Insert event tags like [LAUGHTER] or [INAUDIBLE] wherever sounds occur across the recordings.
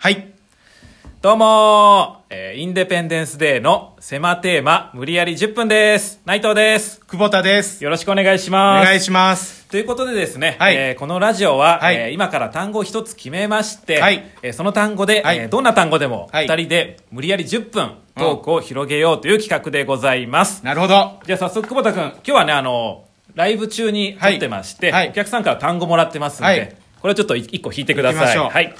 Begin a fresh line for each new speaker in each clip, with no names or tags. はい。どうもー、えーインデペンデンスデーの狭テーマ、無理やり10分です。内藤です。
久保田です。
よろしくお願いし
お
ます。
願いします。
ということでですね、
はい
えーこのラジオは、
はい
えー今から単語を一つ決めまして、
はい
えーその単語で、
はい
えーどんな単語でも、
は
二
い
人で無理やり10分トークを広げようという企画でございます。
なるほど。
じゃあ早速、久保田君、今日はね、あの、ライブ中に撮ってまして、
はいはい
お客さんから単語もらってますんで、
はい
これをちょっと一個引いてくだ
行きま
さい。
しょう
はい。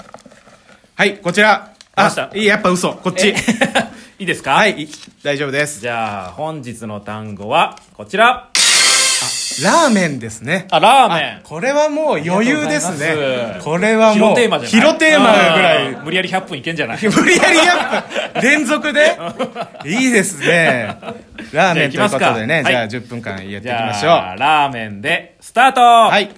はい、こちら。
来ました
あ、いい、やっぱ嘘。こっち。
[LAUGHS] いいですか
はい、い大丈夫です。
じゃあ、本日の単語は、こちら。
ラーメンですね。
あ、ラーメン。
これはもう余裕です
ありがとうございま
ね。
す
これはもう、
広テーマじゃない
広テーマぐらい
あー。無理やり100分いけ
[LAUGHS]
んじゃない
無理やりやっぱ、連続で。いいですね。ラーメンということでね、
じ
じ
ゃ
ゃ
あ
あ
行
10分間やっていき
じ
ましょう。
ゃあ、ラーメンで、スタート
は
はい。 [LAUGHS]
い。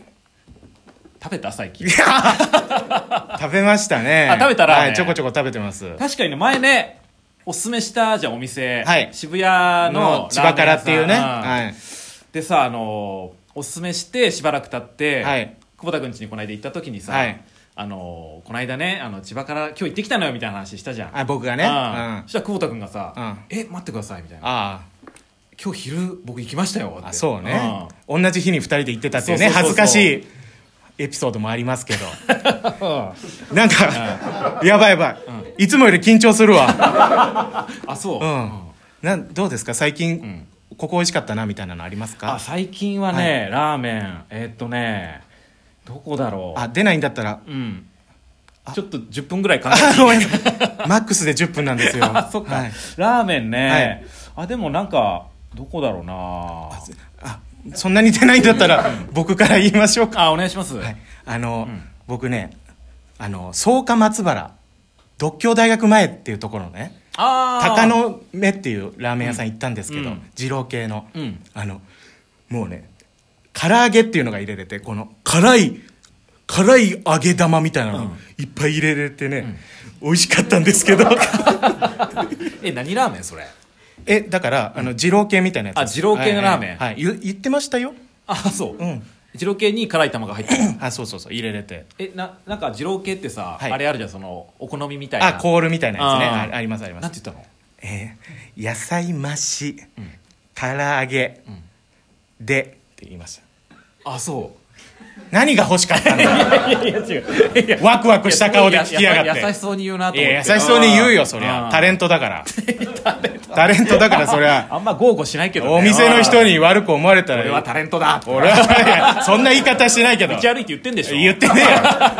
食べた最近。
食べましたね。
あ食べたラーメン
はい、ちょこちょこ食べてます。
確かにね、前ね、おすすめしたじゃん、お店。
はい
渋谷の
の、千葉からっていうね。
ラーメン屋さん
はい。
でさ、あのー、おすすめして、しばらく経って、
はい
久保田くん家にこの間行った時にさ、
はい
あのー、この間ね、あの、千葉から今日行ってきたのよ、みたいな話したじゃん。
あ、僕が
ね
ね。うん
そしたら久保田君がさ「
うん
え待ってください」みたいな
あ
「今日昼僕行きましたよ」って
ああそうね、同じ日に2人で行ってたっていうね
そうそ
恥ず
うそうそう
かしいエピソードもあります
[LAUGHS]
けど [LAUGHS] なんか、やばいやばい、いつもより緊張する
[LAUGHS]
わ
うんあそう、
うん、なんどうですか最近、
ん
ここ美味しかったなみたいなのあります
あ
か
最近はね、ラーメンえーっとねどこだろう
あ出ないんだったら
うんちょっと10分ぐらい考え
[LAUGHS] あ
て
ごめんなさいマックスで10分なんですよ
あそっか、
はい
ラーメンね、あでもなんかどこだろうなあ
あそんなに出ないんだったら僕から言いましょうか
お願いします、
はい、あの、僕ねあの草加松原独協大学前っていうところのね
ああ
鷹の目っていうラーメン屋さん行ったんですけど、
うん
二郎系の、
うん
あのもうね唐揚げっていうのが入れれてこの辛い辛い揚げ玉みたいなのいっぱい入れれてね、美味しかったんですけ
[LAUGHS]
ど
え何ラーメンそれ
えだからあの二郎系みたいなやつ
あ二郎系のラーメン
はいはいはい言言ってましたよ
あそう、
うん
二郎系に辛い玉が入ってる
あそうそうそう入れれて
えななんか二郎系ってさ、
はい
あれあるじゃんそのお好みみたいな
あコールみたいなやつね
あー
あありますあります
なんて言ったの
えー野菜増し、唐揚げ、でって言いました
あそ
何が欲しかったんだ
うい [LAUGHS] やいや違ういや
ワクワクした顔で聞きやがっ
いや優してそうに言うなと
い
思って
や優しそうに言うよそりゃタレ
ン
ントだからタレントだからそりゃ
あんま豪語しないけど、ね、
お店の人
に
に悪く思われた
俺は
ら
タレントだ
俺はいやそんな言い方してないけど
道歩いて言ってんでしょ
言ってねえよ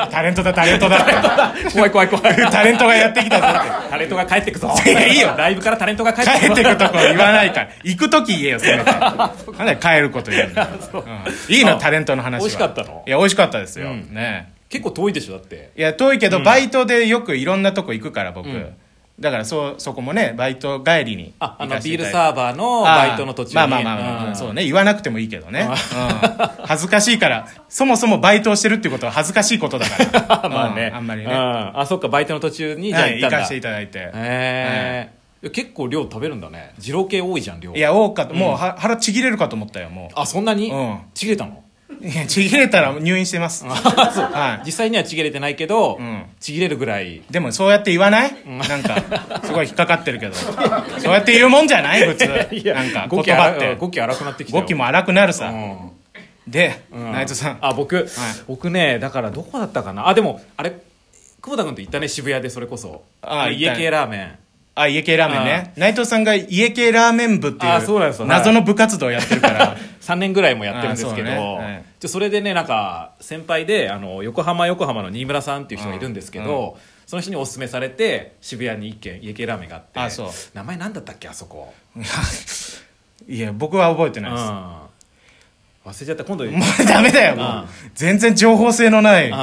タレントだタレントだって
怖い怖い怖い
[LAUGHS] タレントがやってきたぞっ
タレントが帰ってくぞ
いやいいよ
ライブからタレントが帰ってて
帰
く
っ
ぞ
てくとこ言わないから行く時言えよせめてなんで帰ること言うんだようんいい
あ
のタレントの話は
美味しかったの
いや美味しかったですよ、
うん
ね
結構遠いでしょだって
いや遠いけど、バイトでよくいろんなとこ行くから僕、だからそうそこもねバイト帰りに
ああの
行かせて
ビ
いた
ール
だいて
サーバーの
あー
バイトの途中に
まあまあまあまあ、
ん
そうね言わなくてもいいけどね、うん恥ずかしいからそもそもバイトをしてるっていうことは恥ずかしいことだから
[LAUGHS] まあね、
うんあんまり
う
ね、
んあそっかバイトの途中にじゃあ
は
行
い、
っ
行
たんだ
かせていただいて、
へえ結構量食べるんだね二郎系多いじゃん量
いや多かったもうは腹ちぎれるかと思ったよも
あそんなに、
うん
ちぎれた
う
の [LAUGHS]
いやちぎれたら入院してます、は
実際にはちぎれてないけど、
ん
ちぎれるぐらい
[LAUGHS] い、でもそうやって言わない、なんかすごい引っかかってるけどそうやって言うもんじゃない普通
[LAUGHS]
なんか
語
言
気
葉
荒
っ
く
て
語気荒くなってきた
語
よ
気も荒くなるさ、
うん
で、
うん
内藤さん
あ僕、僕ねだからどこだったかなあでもあれ久保田君と行ったね渋谷でそれこそ
あ行ったね
家系ラーメン
あ、家系ラーメンね。内藤さんが家系ラーメン部ってい
あそうなんですよ
う、謎の部活動をやってるから。
3年ぐらいもやってるんですけど
あ
そ,、
そうねはい
それでねなんか先輩であの横浜横浜の新村さんっていう人がいるんですけど、その人におすすめされて渋谷に一軒家系ラーメンがあって
あそう
名前なんだったっけあそこ、
いや、僕は覚えて
うん、
ないです。
忘れちゃった今度、
もうダメだよ、も
うん
う。全然情報性のない。
う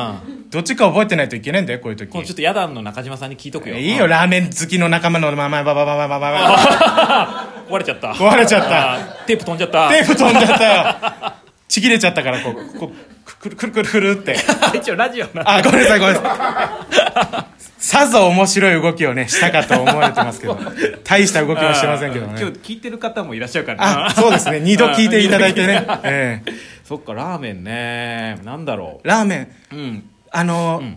どっちか覚えてないといけないんだよ、こういう時
今。度ちょっとヤダンの中島さんに聞いとくよ
いいよ、ラーメン好きの仲間の名前、ばばばばばばば。
壊れちゃった
壊れちゃった
たテープ飛んじゃった
テープ飛んじゃったよ。ちぎれちゃったから、こう、こう、くるくるくるくるって。
一応ラジオな
あ、ごめんなさい、ごめんなさい。さぞ面白い動きをね、したかと思われてますけど、大した動きはしてませんけどね。
今日聞いてる方もいらっしゃるから
あ、そうですね。 [LAUGHS] 二度聞いていただいてね。ええ
そっかラーメンねなんだろ
ラーメン、
ううん
あのー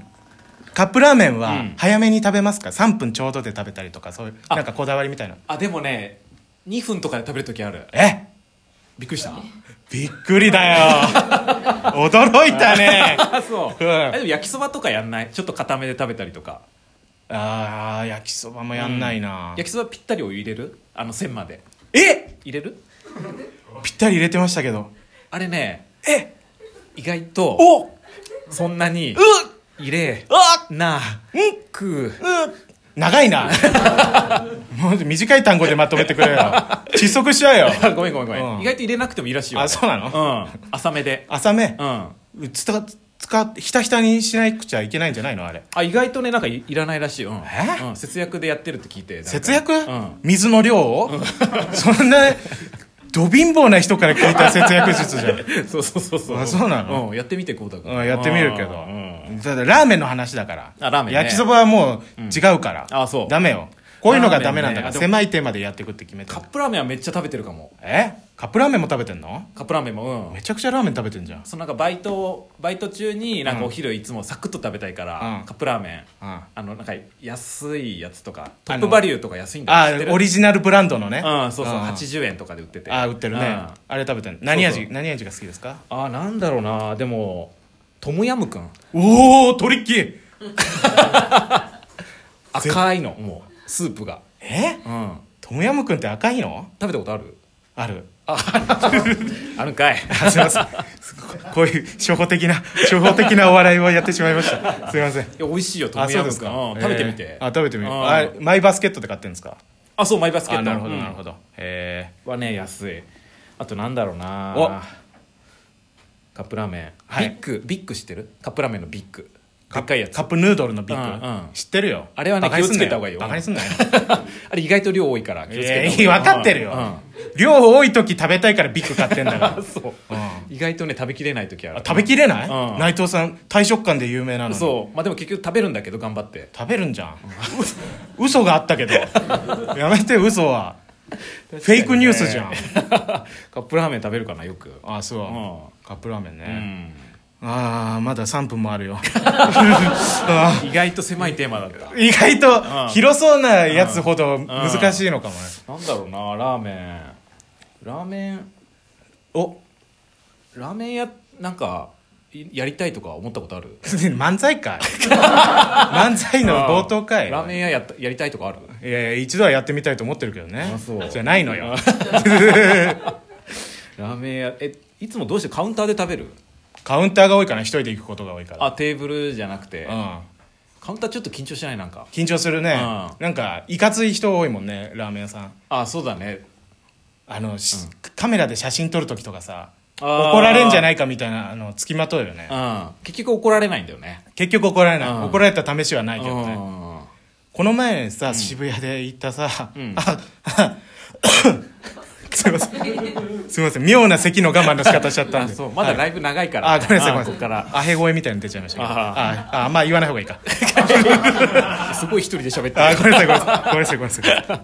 カップラーメンは
うん
早めに食べますか、3分ちょうどで食べたりとかそういう
あ
なんかこだわりみたいな
あでもね2分とかで食べる時ある
え
びっくりした
びっくりだよ [LAUGHS] 驚いたね
あそう、
うん
あでも焼きそばとかやんないちょっと固めで食べたりとか
あー焼きそばもやんないな、
焼きそばぴったりお湯入れるあの線まで
え
入れる
ぴったり入れてましたけど
あれね
え
意外と
おう
そんなに入れ
あう
な
ん
く
長いなもう短い単語でまとめてくれよ窒息しちゃうよ
あ [LAUGHS] ごめんごめんごめん、
うん
意外と入れなくてもいいらしいよ
あそうなの
うん浅めで
浅め
うん
つた使ってひたひたにしなくちゃいけないんじゃないのあれ
あ意外とねなんかいいらないらしい、うん
え
うん、節約でやってるって聞いてなんか
節約、
うん
水の量を、そんなど貧乏な人から聞いた節約術じゃん、 [LAUGHS]
そうそうそうそう
あそうなの
うん、やってみてこうだ
うん、やってみるけど、
うん
ただラーメンの話だから
あラーメンね
焼きそばはもう違うから、
あそう
ダメよこういうのがダメなんだから、
ラーメンねあでも
狭いテーマでやっていくって決めてん
カ
だ
ップラーメンはめっちゃ食べてるかも
えカップラーメンも食べてんの
カップラーメンもうん
めちゃくちゃラーメン食べてんじゃん
そのなんかバイトバイト中になんかお昼いつもサクッと食べたいから、
うん
カップラーメ
う
ン
ん
あのなんか安いやつとかト
あの
ップバリューとか安いんだ
あ
よ知ってる
オリジナルブランドのね
うんそうそう、
ん
80円とかで売ってて
あ売ってるね、
うん
あれ食べてんの何味
そうそう
何味が好きですか
あなんだろうなでもトムヤムくん
おおトリッキー
赤いのもうスープが
え
うん
トムヤムくんって赤いの
食べたことある
ある
あるんかい
あすいません [LAUGHS] すこういう初歩的な初歩的なお笑いをやってしまいましたすいません
いや美味しいよト
あ
ム
そ
ヤ
うで
ム
す
くん、
か、
うん
えー
食べてみて、
あ食べてみる、
うん
あマイバスケットで買ってるんですか
あそうマイバスケッ
あ
ト
なるほど
うん
なるほど、え
はね安いあとなんだろうな
お
カップラーメン、
はい
ビッグビッグ知ってるカップラーメンのビッグ
ー、カ
でっかいやつ
カップヌードルのビッグ、
うんうん
知ってるよ
あれはね
バカにすんな
気をつけた方がいいよ
バカにすんなよ
[LAUGHS] あれ意外と量多いから気をつけた方がい
[LAUGHS] いや分かってるよ、量多い時食べたいからビッグ買ってんだから
うんそう、意外とね食べきれない時ある
食べきれない、
うん
内藤さん退職感で有名なのに
そうまあでも結局食べるんだけど頑張って
食べるんじゃん [LAUGHS] 嘘があったけど [LAUGHS] やめて嘘はフェイクニュースじゃん
カップラーメン食べるかなよく
あそう、
う
カップラーメン
う
ね、
ん
ああまだ3分もあるよ [LAUGHS] あ
意外と狭いテーマだった
ー意外と
ん
広そうなやつほど難しいのかもね、
なんだろうなラーメンラーメン
お
ラーメン屋なんかいやりたいとか思ったことある
漫才
[LAUGHS]
かい漫才の冒頭かい
ラーメン屋やったやりたいとかある
いやいや一度はやってみたいと思ってるけどね
あそう
じゃないのよ
ラーメン屋えいつもどうしてカウンターで食べる
カウンターが多いかな一人で行くことが多いから
あテーブルじゃなくて
うん
カウンターちょっと緊張しないなんか
緊張するね、
う
なんかいかつい人多いもんねラーメン屋さん
あそうだね
あの、しカメラで写真撮る時とかさ
あー
怒られんじゃないかみたいなあのつきまとうよね
うん結局怒られないんだよね
結局怒られない、
うん
怒られた試しはないけどね、
うん
この前さ、渋谷で行ったさ、
ん
ああ [LAUGHS] すいませんすいません妙な咳の我慢の仕方しちゃったん
あ
で
そうまだ
はい
ライブ長いから
あごめんなさいごめんなさ
こ
い
こから
アヘ声みたいに出ちゃいましたけど
あ
ああまあ言わない方がいいか [LAUGHS]
すごい一人で喋って
あ
る
ごめんなさいごめんなさいごめんなさいごめんなさ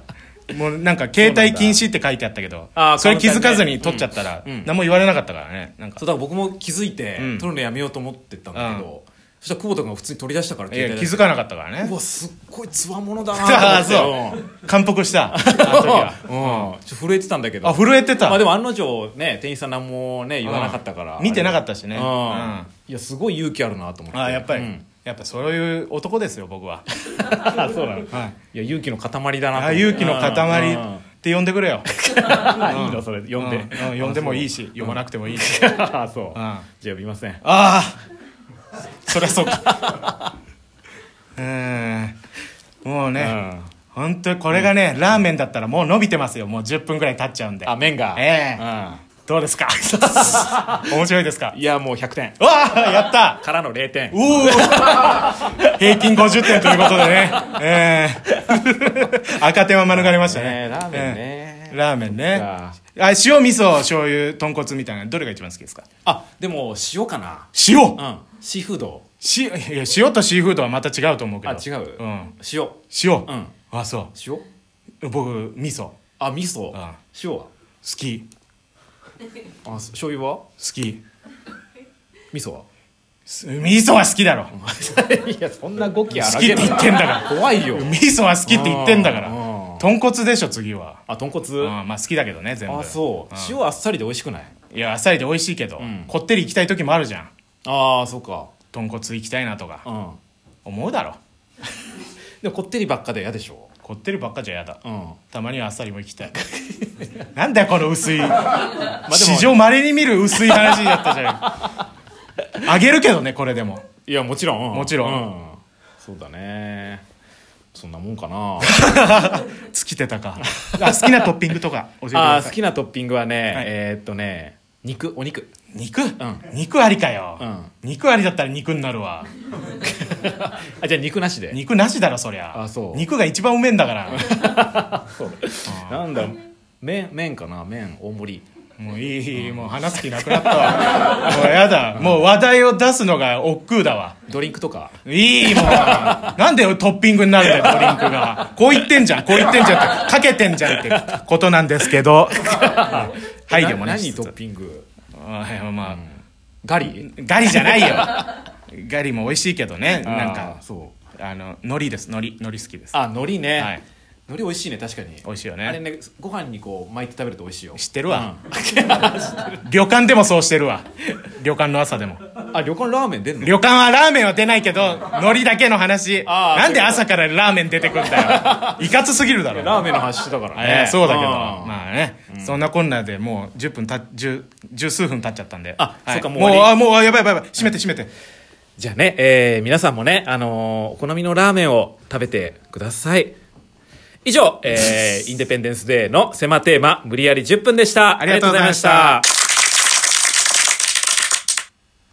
いもうなんか携帯禁止って書いてあったけど
あー
それ気づかず
簡単
に
ね
撮っちゃったら
うんうん
何も言われなかったからねなんか
そうだから僕も気づいて
うん
撮るのやめようと思ってたんだけどそしたら久保田君が普通に取り出したから
いや気づ
か
かなかったから
う
ね
わすっごいつわものだ
[LAUGHS] ああ
なと思って
そう感服
[LAUGHS]
したあの時は
うんうんちょっと震えてたんだけど
あ震えてた
まあでも案の定ね店員さん何もね言わなかったから
うん見てなかったしね
うん
うん
いやすごい勇気あるなと思って
あやっぱり、 [LAUGHS]
うん
やっぱそういう男ですよ僕は
あそうなのい
はい
や勇気の塊だなと
あ
思って
勇気の塊
うんうん
って呼んでくれよ
あいいのそれ呼んで
うんうん呼んでもいいし呼ばなくてもいいし
[LAUGHS] あそう
うん
あそうじゃあ呼びません
ああそりゃそうか
[LAUGHS]
うんもう
う
ね、
ん
本当にこれがね、ラーメンだったらもう伸びてますよもう10分ぐらい経っちゃうんで
あ麺が
ええどうです
[LAUGHS]
か面白いですか
うんいやもう100点
うわあやった
からの0点
うおー [LAUGHS] 平均50点ということでね、え [LAUGHS] え赤点は免れましたね
ねえラーメンね
ええラーメンねあ
そ
塩味噌醤油豚骨みたいなどれが一番好きですか
あでも塩かな
塩
うんシーフード
しいや塩とシーフードはまた違うと思うけど
あ違
う
う
ん、
塩
塩、
うん
あそ
塩
う僕味噌好
あ味噌
あ
塩は
き好
あ醤油は
き
味噌は
す味噌は好きだろ
[LAUGHS] いやそんな語気あ
好きって言ってんだから
[LAUGHS] 怖いよ
味噌は好きって言ってんだから
うんうん
豚骨でしょ次は
あ豚骨
うんまあ好きだけどね全部
あそう塩あっさりで美味しくない
いやあっさりで美味しいけど、
ん
こってり行きたい時もあるじゃん
ああそうか
豚骨行きたいなとか
うん
思うだろ
でもこってりばっかで嫌でしょ
こってりばっかじゃ嫌だ
うんま
たまにはあっさりも行きた
[LAUGHS]
いなんだよこの薄い
あ
史
でも
上まれに見る薄い話だったじゃ
[LAUGHS]
んあげるけどねこれでも [LAUGHS]
いやもちろん
もちろん
うそうだねそんなもんか [LAUGHS] な
尽きてたかあ好きなトッピングとか教えてく
あ
ださ
ー好
い
きなトッピングはね
はい
えーっとね肉お肉
肉、
ん
肉ありかよ、
うん
肉ありだったら肉になるわ
[LAUGHS] あじゃあ肉なしで
肉なしだろそりゃ
あそう
肉が一番うめえんだから
なんだろう麺麺かな麺大盛り
[LAUGHS] もういいもう話す気なくなったわ [LAUGHS] もうやだもう話題を出すのが億劫だわ
ドリンクとか
いいもうなんでトッピングになるんだよドリンクがこう言ってんじゃんこう言ってんじゃんってかけてんじゃんってことなんですけ [LAUGHS] ど配慮も
な
ね
何
しつ
トッ
つ
ピング
あまあ、
ガリ
ガリじゃないよガリも美味しいけどねなん
あ
か
ーそう
あの海苔です海苔海苔好きです
あ海苔ね、
はい
海苔美味しいね確かに
美味しいよ
あれ
ね
ねご飯にこう巻いて食べると美味しいよ
知ってるわ、
うん
旅館でもそうしてるわ旅館の朝でも
あ旅館ラーメン出んの
旅館はラーメンは出ないけど海苔だけの話
あー
なんで朝からラーメン出てくんだ
[LAUGHS]
よいかつすぎるだろ
ラーメンの発祥だから
え
ね
ーそうだけど
ん
まあね、そんなこんなでもう10分た十十数分経っちゃったんであ
あそっかもう
もう
終わ
あもうあやばいやばいやばい閉めて閉めて
じゃあね、えー皆さんもね、あのーお好みのラーメンを食べてください以上、えーインデペンデンスデーの狭テーマ無理やり10分でした
ありがとうございました
ありがとうございました